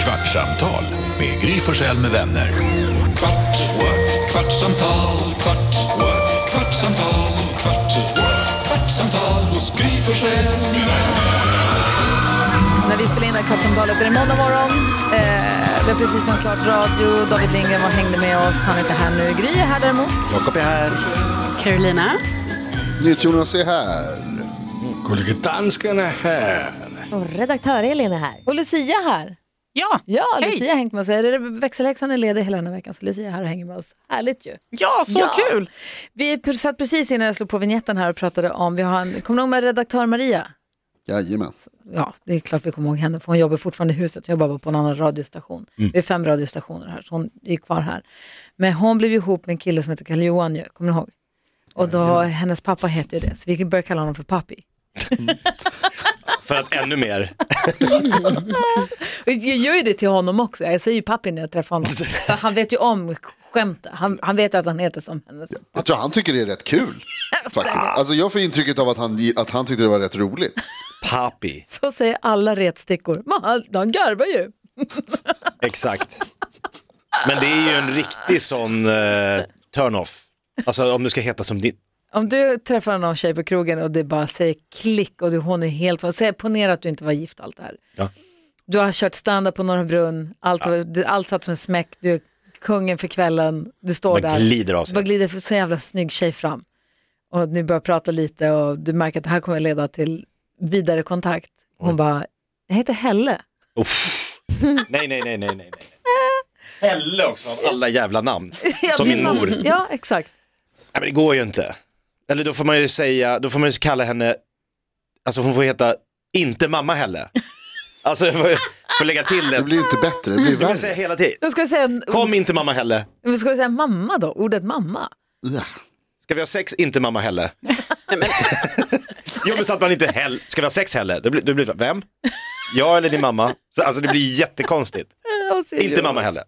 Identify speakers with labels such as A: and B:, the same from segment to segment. A: Kvartsamtal med Gry Forssell med vänner. Kvart, what? kvartsamtal, kvart, what? kvartsamtal, kvart, what? kvartsamtal hos Gry Forssell med vänner.
B: När vi spelar in det här Kvartsamtalet är det måndag morgon. Eh, vi har precis sänt klart radio. David Lindgren var och hängde med oss. Han är inte här nu. Gry är här däremot.
C: Jakob är här.
B: Carolina.
D: NyhetsJonas är här.
E: Kollega dansken är här.
F: Och redaktör Elin är här.
B: Och Lucia är här.
G: Ja,
B: Ja, Lucia har hängt med oss. Är det- Växelhäxan är ledig hela den här veckan så Lucia är här och hänger med oss. Härligt ju.
G: ja så
B: Ja.
G: kul!
B: Vi pr- satt precis innan jag slog på vignetten här och pratade om, vi har en, kommer du ihåg med redaktör Maria?
D: Jajamän.
B: ja, det är klart vi kommer ihåg henne, för hon jobbar fortfarande i huset. Jag jobbar på en annan radiostation. Vi är fem radiostationer här, så hon är kvar här. Men hon blev ju ihop med en kille som heter Karl-Johan, ju, kommer ni ihåg? Och då, hennes pappa heter ju det, så vi började kalla honom för pappi.
C: För att ännu mer.
B: Och Jag gör ju det till honom också, jag säger ju pappi när jag träffar honom. För han vet ju om skämtet, han, han vet ju att han heter som hennes.
D: Jag tror han tycker det är rätt kul. Faktiskt. Alltså jag får intrycket av att han, att han tyckte det var rätt roligt.
C: Papi.
B: Så säger alla retstickor, men han, han garvar ju.
C: Exakt. Men det är ju en riktig sån eh, turn-off. Alltså om du ska heta som din.
B: Om du träffar någon tjej på krogen och det bara säger klick och du, hon är helt, säg, ponera att du inte var gift allt det här.
C: Ja.
B: Du har kört standard på Norra Brunn, allt, var, du, allt satt som en smäck, du är kungen för kvällen, du står
C: Bara
B: där.
C: glider av sig.
B: Bara glider för så jävla snygg tjej fram. Och ni börjar prata lite och du märker att det här kommer leda till vidare kontakt. Hon bara, jag heter Helle.
C: Nej, nej, nej, nej, nej. Helle också av alla jävla namn.
B: Ja,
C: Som
B: din
C: min
B: mamma-
C: mor. Nej,
B: Ja, exakt.
C: men det går ju inte. Eller då får man ju säga, då får man ju kalla henne, alltså hon får heta inte mamma Helle. Alltså jag får, får lägga till
D: Det
C: ett.
D: blir ju inte bättre, det blir
C: Jag vill säga
D: värre.
C: hela tiden.
B: Då ska du säga,
C: Kom inte mamma Helle.
B: då ska du säga mamma då, ordet mamma.
D: Ja.
C: Ska vi ha sex? Inte mamma heller. jo men så att man inte heller, ska vi ha sex heller? Det blir, det blir, vem? Jag eller din mamma? Så, alltså det blir jättekonstigt.
B: Och så-
C: Inte mamma heller.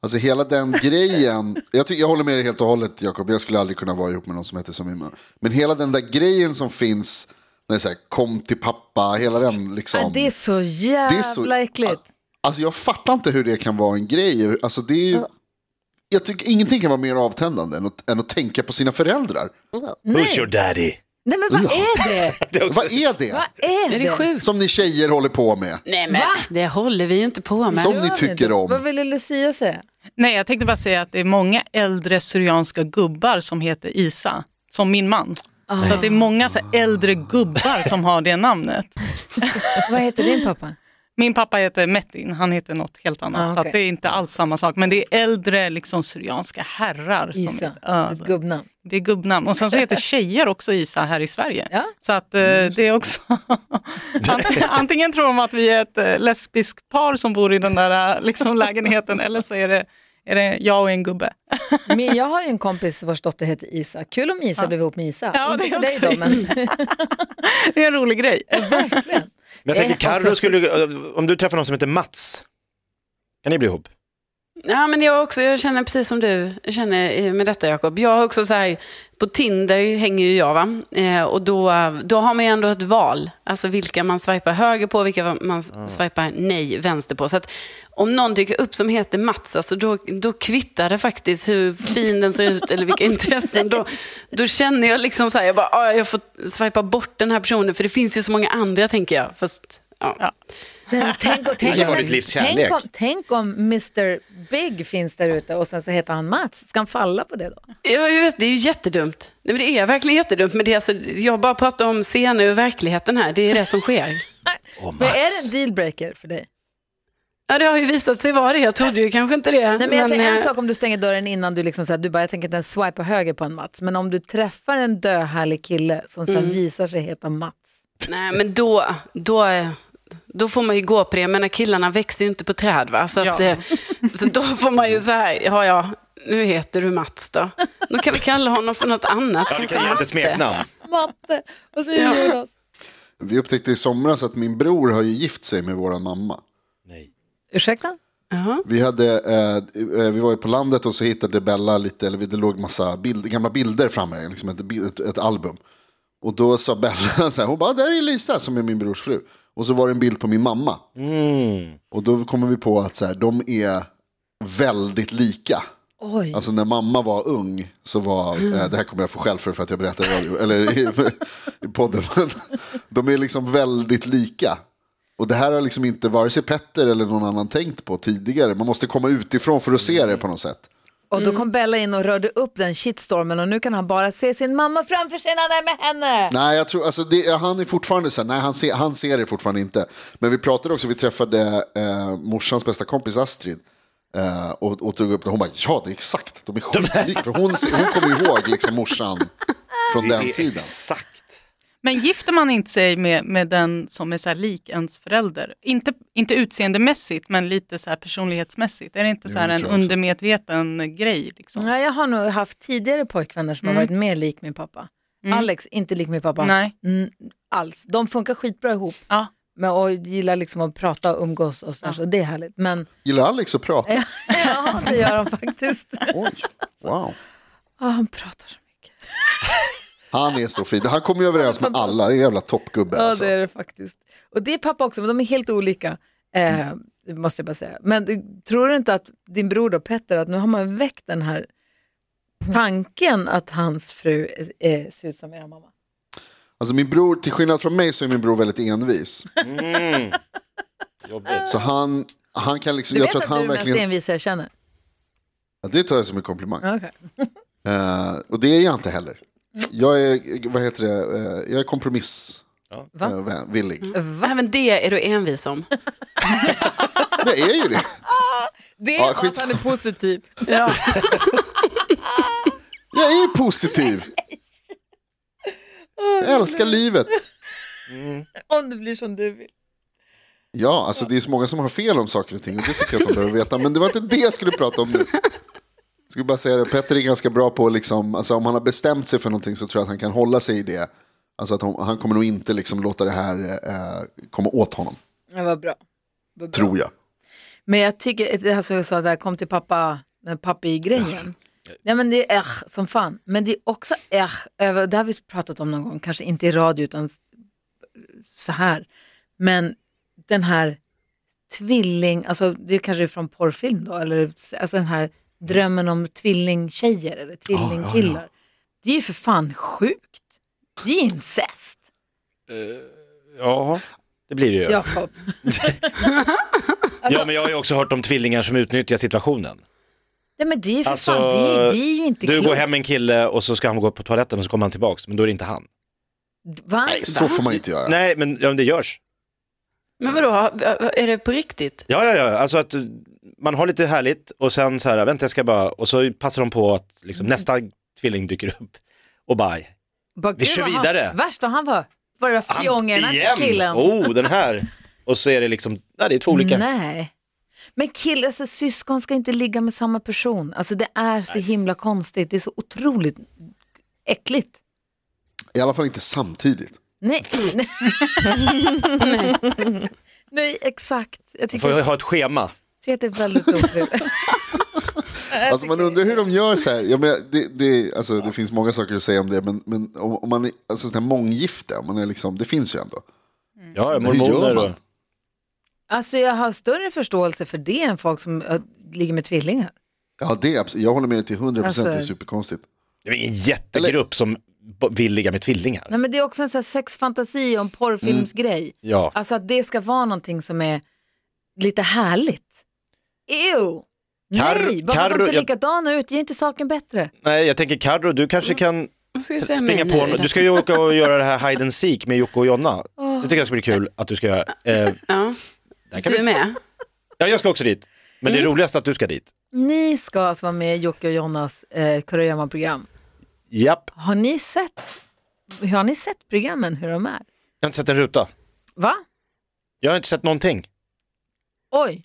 D: Alltså hela den grejen, jag, ty- jag håller med dig helt och hållet Jakob, jag skulle aldrig kunna vara ihop med någon som heter som min mamma. Men hela den där grejen som finns, när det är så här, kom till pappa, hela den liksom.
B: Ja, det är så jävla
D: Det är så-
B: äckligt.
D: Alltså jag fattar inte hur det kan vara en grej. Alltså det är ju... Jag tycker ingenting kan vara mer avtändande än att, än att tänka på sina föräldrar.
C: Who's your daddy?
B: Nej men vad är det?
C: Det är också,
D: Vad är det?
B: Vad är det?
G: Är det sjukt?
D: Som ni tjejer håller på med.
H: Nej men det håller vi ju inte på med.
D: Som
B: Gör
D: ni
B: det
D: tycker
B: inte. Vad
D: om.
B: ville Lucia säga?
G: Nej, jag tänkte bara säga att det är många äldre syrianska gubbar som heter Isa, som min man.
B: Ah.
G: Så att det är många så här äldre gubbar som har det namnet.
B: Vad heter din pappa?
G: Min pappa heter Metin, han heter något helt annat.
B: Ah,
G: Så
B: okej.
G: att det är inte alls samma sak. Men det är äldre liksom, syrianska herrar. Som
B: Isa,
G: heter, ja,
B: ett gubbnamn.
G: det är gubbnamn. Och sen så heter tjejer också Isa här i Sverige.
B: Ja.
G: Så att eh, det är också... Ant- Antingen tror de att vi är ett eh, lesbiskt par som bor i den där eh, liksom, lägenheten eller så är det, är det jag och en gubbe.
B: Men jag har ju en kompis vars dotter heter Isa. Kul om Isa blev ihop med Isa.
G: Ja,
B: Inte
G: det är
B: för dig
G: också-
B: då, men
G: Det är en rolig grej.
B: verkligen.
C: men jag tänker
B: Eh, alltså,
C: Carro skulle, om du träffar någon som heter Mats, kan ni bli ihop?
H: Ja men jag också, jag känner precis som du känner eh, med detta Jakob. Jag har också så här, på Tinder hänger ju jag va. Eh, och då, eh, då har man ju ändå ett val. Alltså vilka man swipar höger på, vilka man swipar nej vänster på. Så att om någon dyker upp som heter Mats, alltså då, då kvittar det faktiskt hur fin den ser ut eller vilka intressen. Då, då känner jag liksom så här, jag bara, ah, jag får swipa bort den här personen för det finns ju så många andra tänker jag. Fast, ja.
B: Men Tänk, och- tänk,
C: Det var
B: om-
C: ditt livs
B: tänk,
C: kärlek.
B: om, tänk om Mr Big finns där ute och sen så heter han Mats. Ska han falla på det då?
H: Ja, jag vet, det är ju jättedumt. Nej, men det är verkligen jättedumt. Men det är alltså, jag bara pratar om scener ur verkligheten här. Det är det som sker.
B: Men är det en dealbreaker för dig?
H: Ja, det har ju visat sig vara det. Jag trodde ju kanske inte det.
B: Nej, men jag tänker en
H: eh,
B: sak om du stänger dörren innan du liksom så här, du bara, jag tänker inte ens swipa höger på en Mats. Men om du träffar en döhärlig kille som sen visar sig heta Mats.
H: nej, men då, då, eh, då får man ju gå på det. Jag menar, killarna växer ju inte på träd. Va? Så, att,
G: Ja.
H: eh, så då får man ju så här, ja, ja, nu heter du Mats då. Nu kan vi kalla honom för något annat.
C: Ja, du kan ge ett smeknamn.
B: Matte, vad säger
H: Ja.
B: Jonas?
D: Vi upptäckte i somras att min bror har ju gift sig med våran mamma.
B: Ursäkta?
H: Jaha.
D: Vi, hade, eh, eh, vi var ju på landet och så hittade Bella lite, eller det låg massa bild, gamla bilder framme, "Ah, liksom ett, bi- ett, ett album. Och då sa Bella så här, hon bara, där är Lisa som är min brors fru. Och så var det en bild på min mamma. Och då kommer vi på att så här, de är väldigt lika.
B: Oj.
D: Alltså när mamma var ung så var, eh, det här kommer jag få skäll för för att jag berättar i radio, eller i, i podden, men de är liksom väldigt lika. Och det här har liksom inte vare sig Petter eller någon annan tänkt på tidigare. Man måste komma utifrån för att se det på något sätt.
B: Och då kom Bella in och rörde upp den shitstormen och nu kan han bara se sin mamma framför sig när han är med henne.
D: Nej, jag tror, alltså det, han är fortfarande så här, nej han ser, han ser det fortfarande inte. Men vi pratade också, vi träffade eh, morsans bästa kompis Astrid. Eh, och, och tog upp det, hon bara, ja det är exakt, de är skitlika. För hon, ser- hon kommer ihåg liksom morsan från den
C: Det är
D: tiden.
C: exakt.
G: Men gifter man inte sig med, med den som är så här lik ens förälder? Inte, inte utseendemässigt, men lite så här personlighetsmässigt. Är det inte så här
D: det
G: en
D: tror jag också.
G: undermedveten grej? Liksom?
B: Ja, jag har nog haft tidigare pojkvänner som har varit mer lik min pappa. Alex, inte lik min pappa
G: Nej.
B: Mm, alls. De funkar skitbra ihop.
G: Ja.
B: Men, och gillar liksom att prata och umgås och sådär, så det är härligt. Men
D: Gillar Alex att prata?
B: ja, det gör de faktiskt.
D: Oj, wow.
B: Ja, han pratar så mycket.
D: Han är så fin. Han kommer ju överens med alla. Det är en jävla toppgubbe.
B: Ja,
D: alltså.
B: det är det faktiskt. Och det är pappa också, men de är helt olika. Eh, det måste jag bara säga. Men du- tror du inte att din bror då, Petter, att nu har man väckt den här tanken att hans fru eh, ser ut som era mamma?
D: alltså, min bror, till skillnad från mig så är min bror väldigt envis.
C: Jobbigt.
D: Så han, han kan liksom...
B: Du
D: Jag
B: vet
D: tror
B: att,
D: att
B: du är den
D: han
B: mest
D: verkligen...
B: envisa jag känner?
D: Ja, det tar jag som en komplimang.
B: Okay.
D: Eh, och det är jag inte heller. Jag är, vad heter det, Eh, jag är eh,
B: Va?
D: kompromissvillig.
H: Även det är du envis om.
D: jag är ju det.
B: Det
D: Ja,
B: är bara att
D: skitsamma.
B: han är positiv.
D: Jag är positiv. Jag älskar livet.
B: Om det blir som du vill.
D: Ja, alltså det är så många som har fel om saker och ting och det tycker jag att de behöver veta. Men det var inte det jag skulle prata om nu. Jag skulle bara säga det, Petter är ganska bra på liksom, alltså om han har bestämt sig för någonting så tror jag att han kan hålla sig i det. Alltså att hon, han kommer nog inte liksom låta det här eh, komma åt honom,
B: Ja, vad bra. Vad bra.
D: tror jag.
B: Men jag tycker, det här som jag sa, där, kom till pappa, den pappi-grejen. Nej men det är äh, som fan. Men det är också äh, över, det har vi pratat om någon gång, kanske inte i radio utan s- så här. Men den här tvilling, alltså det är kanske är från porrfilm då, eller alltså den här drömmen om tvillingtjejer eller tvillingkillar. Det är ju för fan sjukt. Det är incest,
C: Ja, det blir det ju. Ja. alltså-
B: Jakob.
C: men jag har ju också hört om tvillingar som utnyttjar situationen.
B: Nej men det är ju för
C: Alltså,
B: fan, det är, det är ju inte
C: Du
B: klokt.
C: går hem med en kille och så ska han gå på toaletten och så kommer han tillbaks, men då är det inte han.
B: Va?
D: Nej, så får man inte göra.
C: Nej, men ja, men det görs.
H: Men vadå, har- är det på riktigt?
C: Ja, ja, ja, alltså att du- man har lite härligt och sen så här, vänta jag ska bara, och så passar de på att liksom,
B: Mm.
C: nästa tvilling dyker upp och bara,
B: Bara,
C: Vi
B: gud,
C: kör
B: vad han-
C: vidare.
B: Värst vad han var. Var det
C: han
B: fjongern, den här killen?
C: oh den här. Och så är det liksom, nej det är två olika.
B: Nej. Men kill, alltså, syskon ska inte ligga med samma person. Alltså det är så himla konstigt. Det är så otroligt äckligt.
D: I alla fall inte samtidigt.
B: Nej. Nej. Nej, exakt. Jag
C: Får
B: tycker,
C: jag
B: jag
C: ha ett schema?
B: tycker att det är väldigt otrevligt.
D: Alltså man undrar hur de gör så här. Ja, men det, det, alltså, det finns många saker att säga om det, men, men om, om man är alltså, sån här månggifte, om man är liksom, det finns ju ändå.
B: Mm.
C: Ja, ja,
D: Hur gör man?
C: mormoner då.
B: Alltså jag har större förståelse för det än folk som äh, ligger med tvillingar.
D: Ja, det är, absolut- jag håller med till 100%, det är
B: Alltså-
D: superkonstigt.
C: Det är ingen jättegrupp som b- vill ligga med tvillingar.
B: Nej, men det är också en sån här sexfantasi och en porrfilmsgrej.
C: Ja.
B: Alltså att det ska vara någonting som är lite härligt. Ew!
C: Kar-
B: Nej, bara för att
C: Karo-
B: de ser
C: jag-
B: likadana ut ger inte saken bättre.
C: Nej, jag tänker Carro, du kanske
B: Mm.
C: kan
H: Jag ska säga mig
C: springa
H: nu
C: på
H: i
C: honom.
H: det.
C: Du ska ju åka och göra det här hide and seek med Jocke och Jonna. Det tycker jag ska bli kul att du ska göra. Eh,
H: Ja.
C: där kan
H: Du är
C: vi...
H: med?
C: Ja, jag ska också dit. Men
B: Mm.
C: det är roligast att du ska dit.
B: Ni ska alltså vara med i Jocke och Jonas eh, Kurragömma-program.
C: Japp,
B: Har ni sett har ni sett programmen, hur de är?
C: jag har inte sett en ruta.
B: Va?
C: Jag har inte sett någonting.
B: Oj,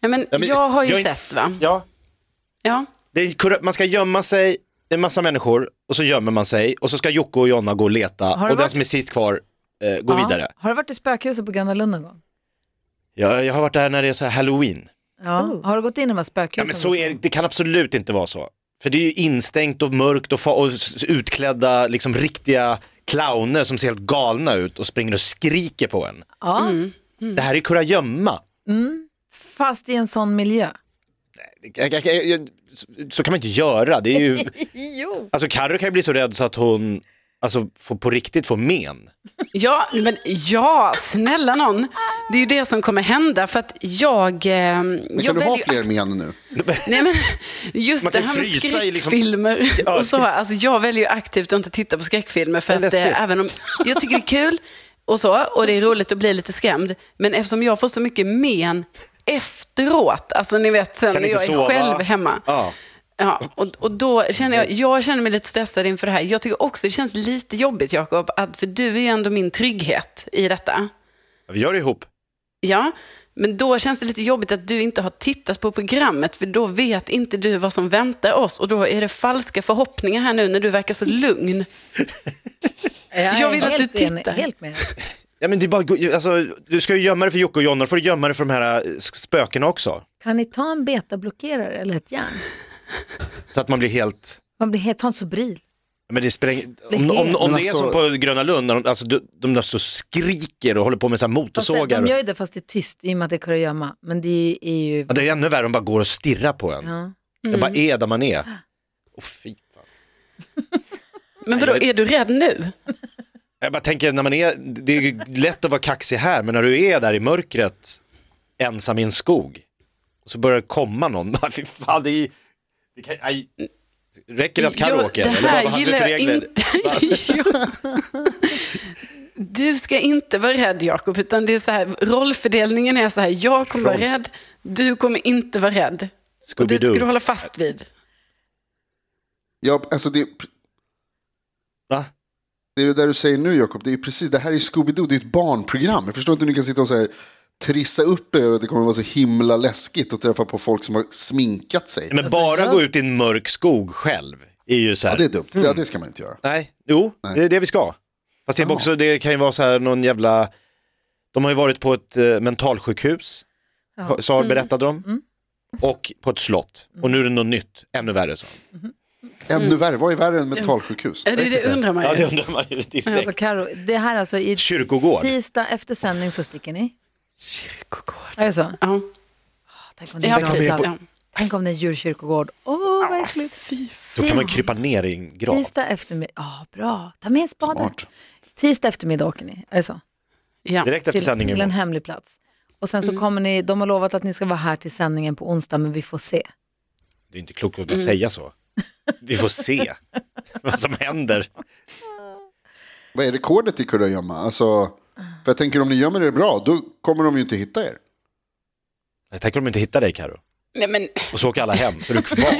H: Ja, men
C: Ja, men
H: jag har ju
C: jag är-
H: sett va?
C: Ja.
H: Ja.
C: Det är, kurra- man ska gömma sig, det är en massa människor och så gömmer man sig och så ska Jocke och Jonna gå och leta
B: Har
C: och
B: det
C: den
B: varit-
C: som är sist kvar eh, går
B: Ja.
C: vidare.
B: har du varit i spökhuset på Gröna Lund någon gång?
C: Jag, jag har varit där när det är så här halloween.
B: Ja. Har du gått in i de här
C: Ja,
B: spökhusen?
C: men så är, det- det kan absolut inte vara så. För det är ju instängt och mörkt och, fa- och s- utklädda liksom riktiga clowner som ser helt galna ut och springer och skriker på en.
B: Ja, Mm.
C: Det här är kurragömma.
B: fast i en sån miljö.
C: Jag- jag- jag- jag- så- Så kan man inte göra. Det är ju...
B: Jo.
C: Alltså Carro kan ju bli så rädd så att hon alltså, får på riktigt får men.
H: Ja, men ja, snälla någon. Det är ju det som kommer hända för att jag... Eh,
D: Men
H: jag
D: kan du
H: väljer
D: ha
H: ju
D: fler men nu?
H: Nej, men just
C: Man
H: det
C: kan
H: här med
C: frysa i liksom-
H: skräckfilmer
C: Ja,
H: och så. Alltså, jag väljer ju aktivt att inte titta på skräckfilmer för
C: Det är
H: att eh,
C: läskigt.
H: även om jag tycker det är kul och så och det är roligt att bli lite skrämd. Men eftersom jag får så mycket men efteråt, alltså ni vet sen
C: Kan
H: när
C: inte
H: jag är
C: sova.
H: själv hemma.
C: Ja.
H: Ja, och, och då känner jag, jag känner mig lite stressad inför det här. Jag tycker också det känns lite jobbigt Jakob, att- för du är ju ändå min trygghet i detta.
C: Vi gör det ihop.
H: Ja, men då känns det lite jobbigt att du inte har tittat på programmet för då vet inte du vad som väntar oss och då är det falska förhoppningar här nu när du verkar så lugn.
B: Jag,
H: vill att du tittar.
B: Helt med.
C: Ja, men det är bara, go- alltså, du ska ju gömma dig för Jocke och Jonna, då får du gömma dig för de här eh, spökena också.
B: Kan ni ta en betablockerare eller ett järn?
C: Så att man blir helt...
B: Man blir helt, ta en Sobril.
C: Men det spräng...
B: Blir
C: Om,
B: helt-
C: om, om
D: Men
C: det är
D: alltså-
C: som på Gröna Lund, när de, alltså, de, de där så skriker och håller på med så
B: Fast
C: här
B: det-
C: motorsågar.
B: De gör
C: och-
B: ju det fast det är tyst i och med att det är kurragömma. Men det är ju...
C: Ja, det är ännu värre om de bara går och stirrar på en.
B: Ja. Mm.
C: Det bara är där man är. Åh fy fan.
H: Men vadå,
C: jag-
H: är du rädd nu?
C: Jag bara tänker, när man är, det är ju lätt att vara kaxig här, men när du är där i mörkret, ensam i en skog, och så börjar det komma någon. Bara, Fy fan, det är... Det kan, aj. Räcker det att Carro
H: Jag-
C: åker?
H: Det
C: Eller vad-
H: här
C: vad hade du
H: gillar
C: för
H: jag
C: regler?
H: inte. Ja. Du ska inte vara rädd Jakob, utan det är så här, rollfördelningen är så här, jag kommer vara
C: Rolf.
H: rädd, du kommer inte vara rädd. Och det ska
C: Scooby-Doo.
H: du hålla fast vid.
D: Ja, alltså det,
C: Va?
D: det är det där du säger nu Jakob, det är ju precis, det här är ju Scooby-Doo, det är ett barnprogram. Jag förstår inte hur ni kan sitta och så här, trissa upp er över att det kommer att vara så himla läskigt att träffa på folk som har sminkat sig.
C: Men
H: Alltså,
C: bara gå ut i en mörk skog själv är ju så här.
D: Ja, det är dumt, ja, det ska man inte göra.
C: Nej, jo, det är det vi ska. Fast jag också, det kan ju vara så här någon jävla, de har ju varit på ett eh, mentalsjukhus, ja. sa,
H: Mm.
C: berättade de, och på ett slott. Och nu är det något nytt, ännu värre sa de.
D: Ännu
H: Mm.
D: värre, vad är värre än mentalsjukhus?
H: Ja, Det, det undrar man ju.
C: Ja, det undrar man ju direkt.
B: Alltså Karo, det här alltså i
C: Kyrkogård.
B: tisdag efter sändning så sticker ni.
H: Kyrkogård.
B: Är det så?
H: Ja,
B: Tänk om det
H: ja
B: är
H: precis.
B: brandbilar.
H: Ja.
B: Tänk om det är djurkyrkogård. Åh, oh, vad äckligt.
C: Då kan man krypa ner i en grav.
B: Tisdag eftermiddag. Ja, bra. Ta med en spade.
D: Smart.
B: Tisdag eftermiddag åker ni. Är det så?
H: Ja.
C: Direkt efter
B: till, till en
C: sändningen.
B: hemlig plats. Och sen så kommer ni, de har lovat att ni ska vara här till sändningen på onsdag, men vi får se.
C: Det är inte klokt att
B: Mm.
C: bara säga så. Vi får se vad som händer.
D: Vad är rekordet i kurragömma? Alltså, för jag tänker om ni gömmer er bra, då kommer de ju inte hitta er.
C: Jag tänker om de inte hittar dig Karo.
H: Nej, men
C: Och så åker alla hem, för du är kvar.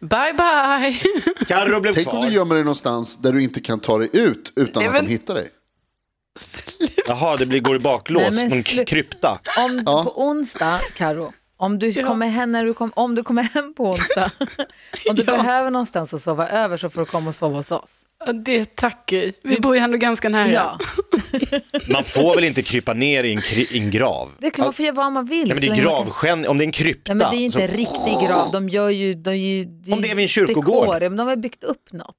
H: Bye bye!
C: Karo blev
D: Tänk om du
C: kvar.
D: gömmer dig någonstans där du inte kan ta dig ut utan
H: Nej,
D: att
H: men-
D: de hittar dig.
C: Jaha, det blir, går i baklås,
B: Nej, men
C: någon
B: slu-
C: krypta.
B: Om på onsdag, Karo, om du, kommer hem när du kom, om du kommer hem på onsdag, om du behöver någonstans att sova över så får du komma och sova hos oss.
H: Ja, Det tackar Vi bor ju ändå ganska nära.
B: Ja,
C: Man får väl inte krypa ner i en, kri- i en grav?
B: det är klart, man får göra vad man vill.
C: Nej, men det
B: så
C: är
B: länge man kan-
C: gravsken, om det är en
B: Nej,
C: krypta.
B: men det är ju inte
C: så-
B: en riktig grav, de gör ju... De gör ju är
C: Om det är
B: ju
C: vid en kyrkogård.
B: dekor, men de har ju byggt upp något.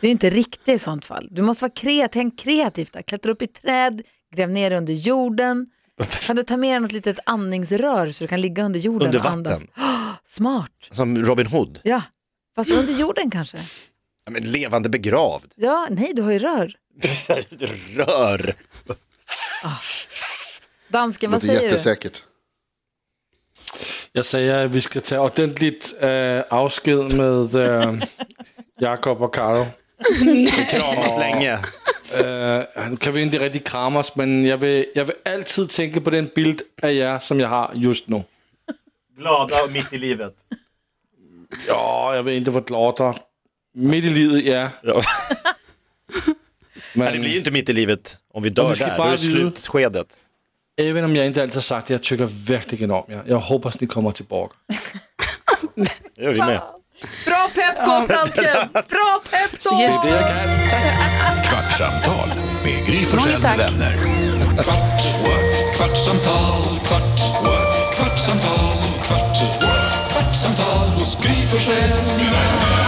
B: Det är inte riktigt i sånt fall. Du måste vara kreativ, tänk kreativt där. Klättra upp i träd, gräv ner dig under jorden. Kan du ta med dig något litet andningsrör så du kan ligga under jorden
C: Under
B: och andas?
C: vatten,
B: Smart,
C: som Robin Hood.
B: ja. Fast under jorden kanske?
C: Ja, men levande begravd.
B: Ja, nej du har ju rör.
C: Rör.
B: Dansken, vad
D: det är
B: säger du?
D: jättesäkert.
E: Jeg sagde, at vi skal tage ordentligt øh, afsked med øh, Jakob og Karo.
C: Kramas länge.
E: Nu Øh, kan vi ikke rigtig kramme os, men jeg vil, jeg vil altid tænke på den bild af jer, som jeg har just nu.
C: Glada och mitt i livet.
E: Jo, jeg vil ikke være glotter. Midt i livet, ja.
C: Ja.
E: Men
C: Nej, det blir ju inte mitt i livet om vi dör
E: vi ska
C: där. Då
E: bara
C: är det
E: vide-
C: slutskedet.
E: even om jeg ikke altid har sagt det, jeg tykker virkelig enormt jer. Jeg håber, at I kommer tilbage.
C: Det gör vi med.
B: Bra peptalk dansken! Bra peptalk!
H: Yes.
E: Det jeg kan.
A: Kvartsamtal med Gry Forssell med
H: tack.
A: vänner. Kvart, what? kvartsamtal, kvart, what? kvartsamtal, kvart, what? kvartsamtal hos Gry Forssell med vänner.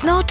I: Snart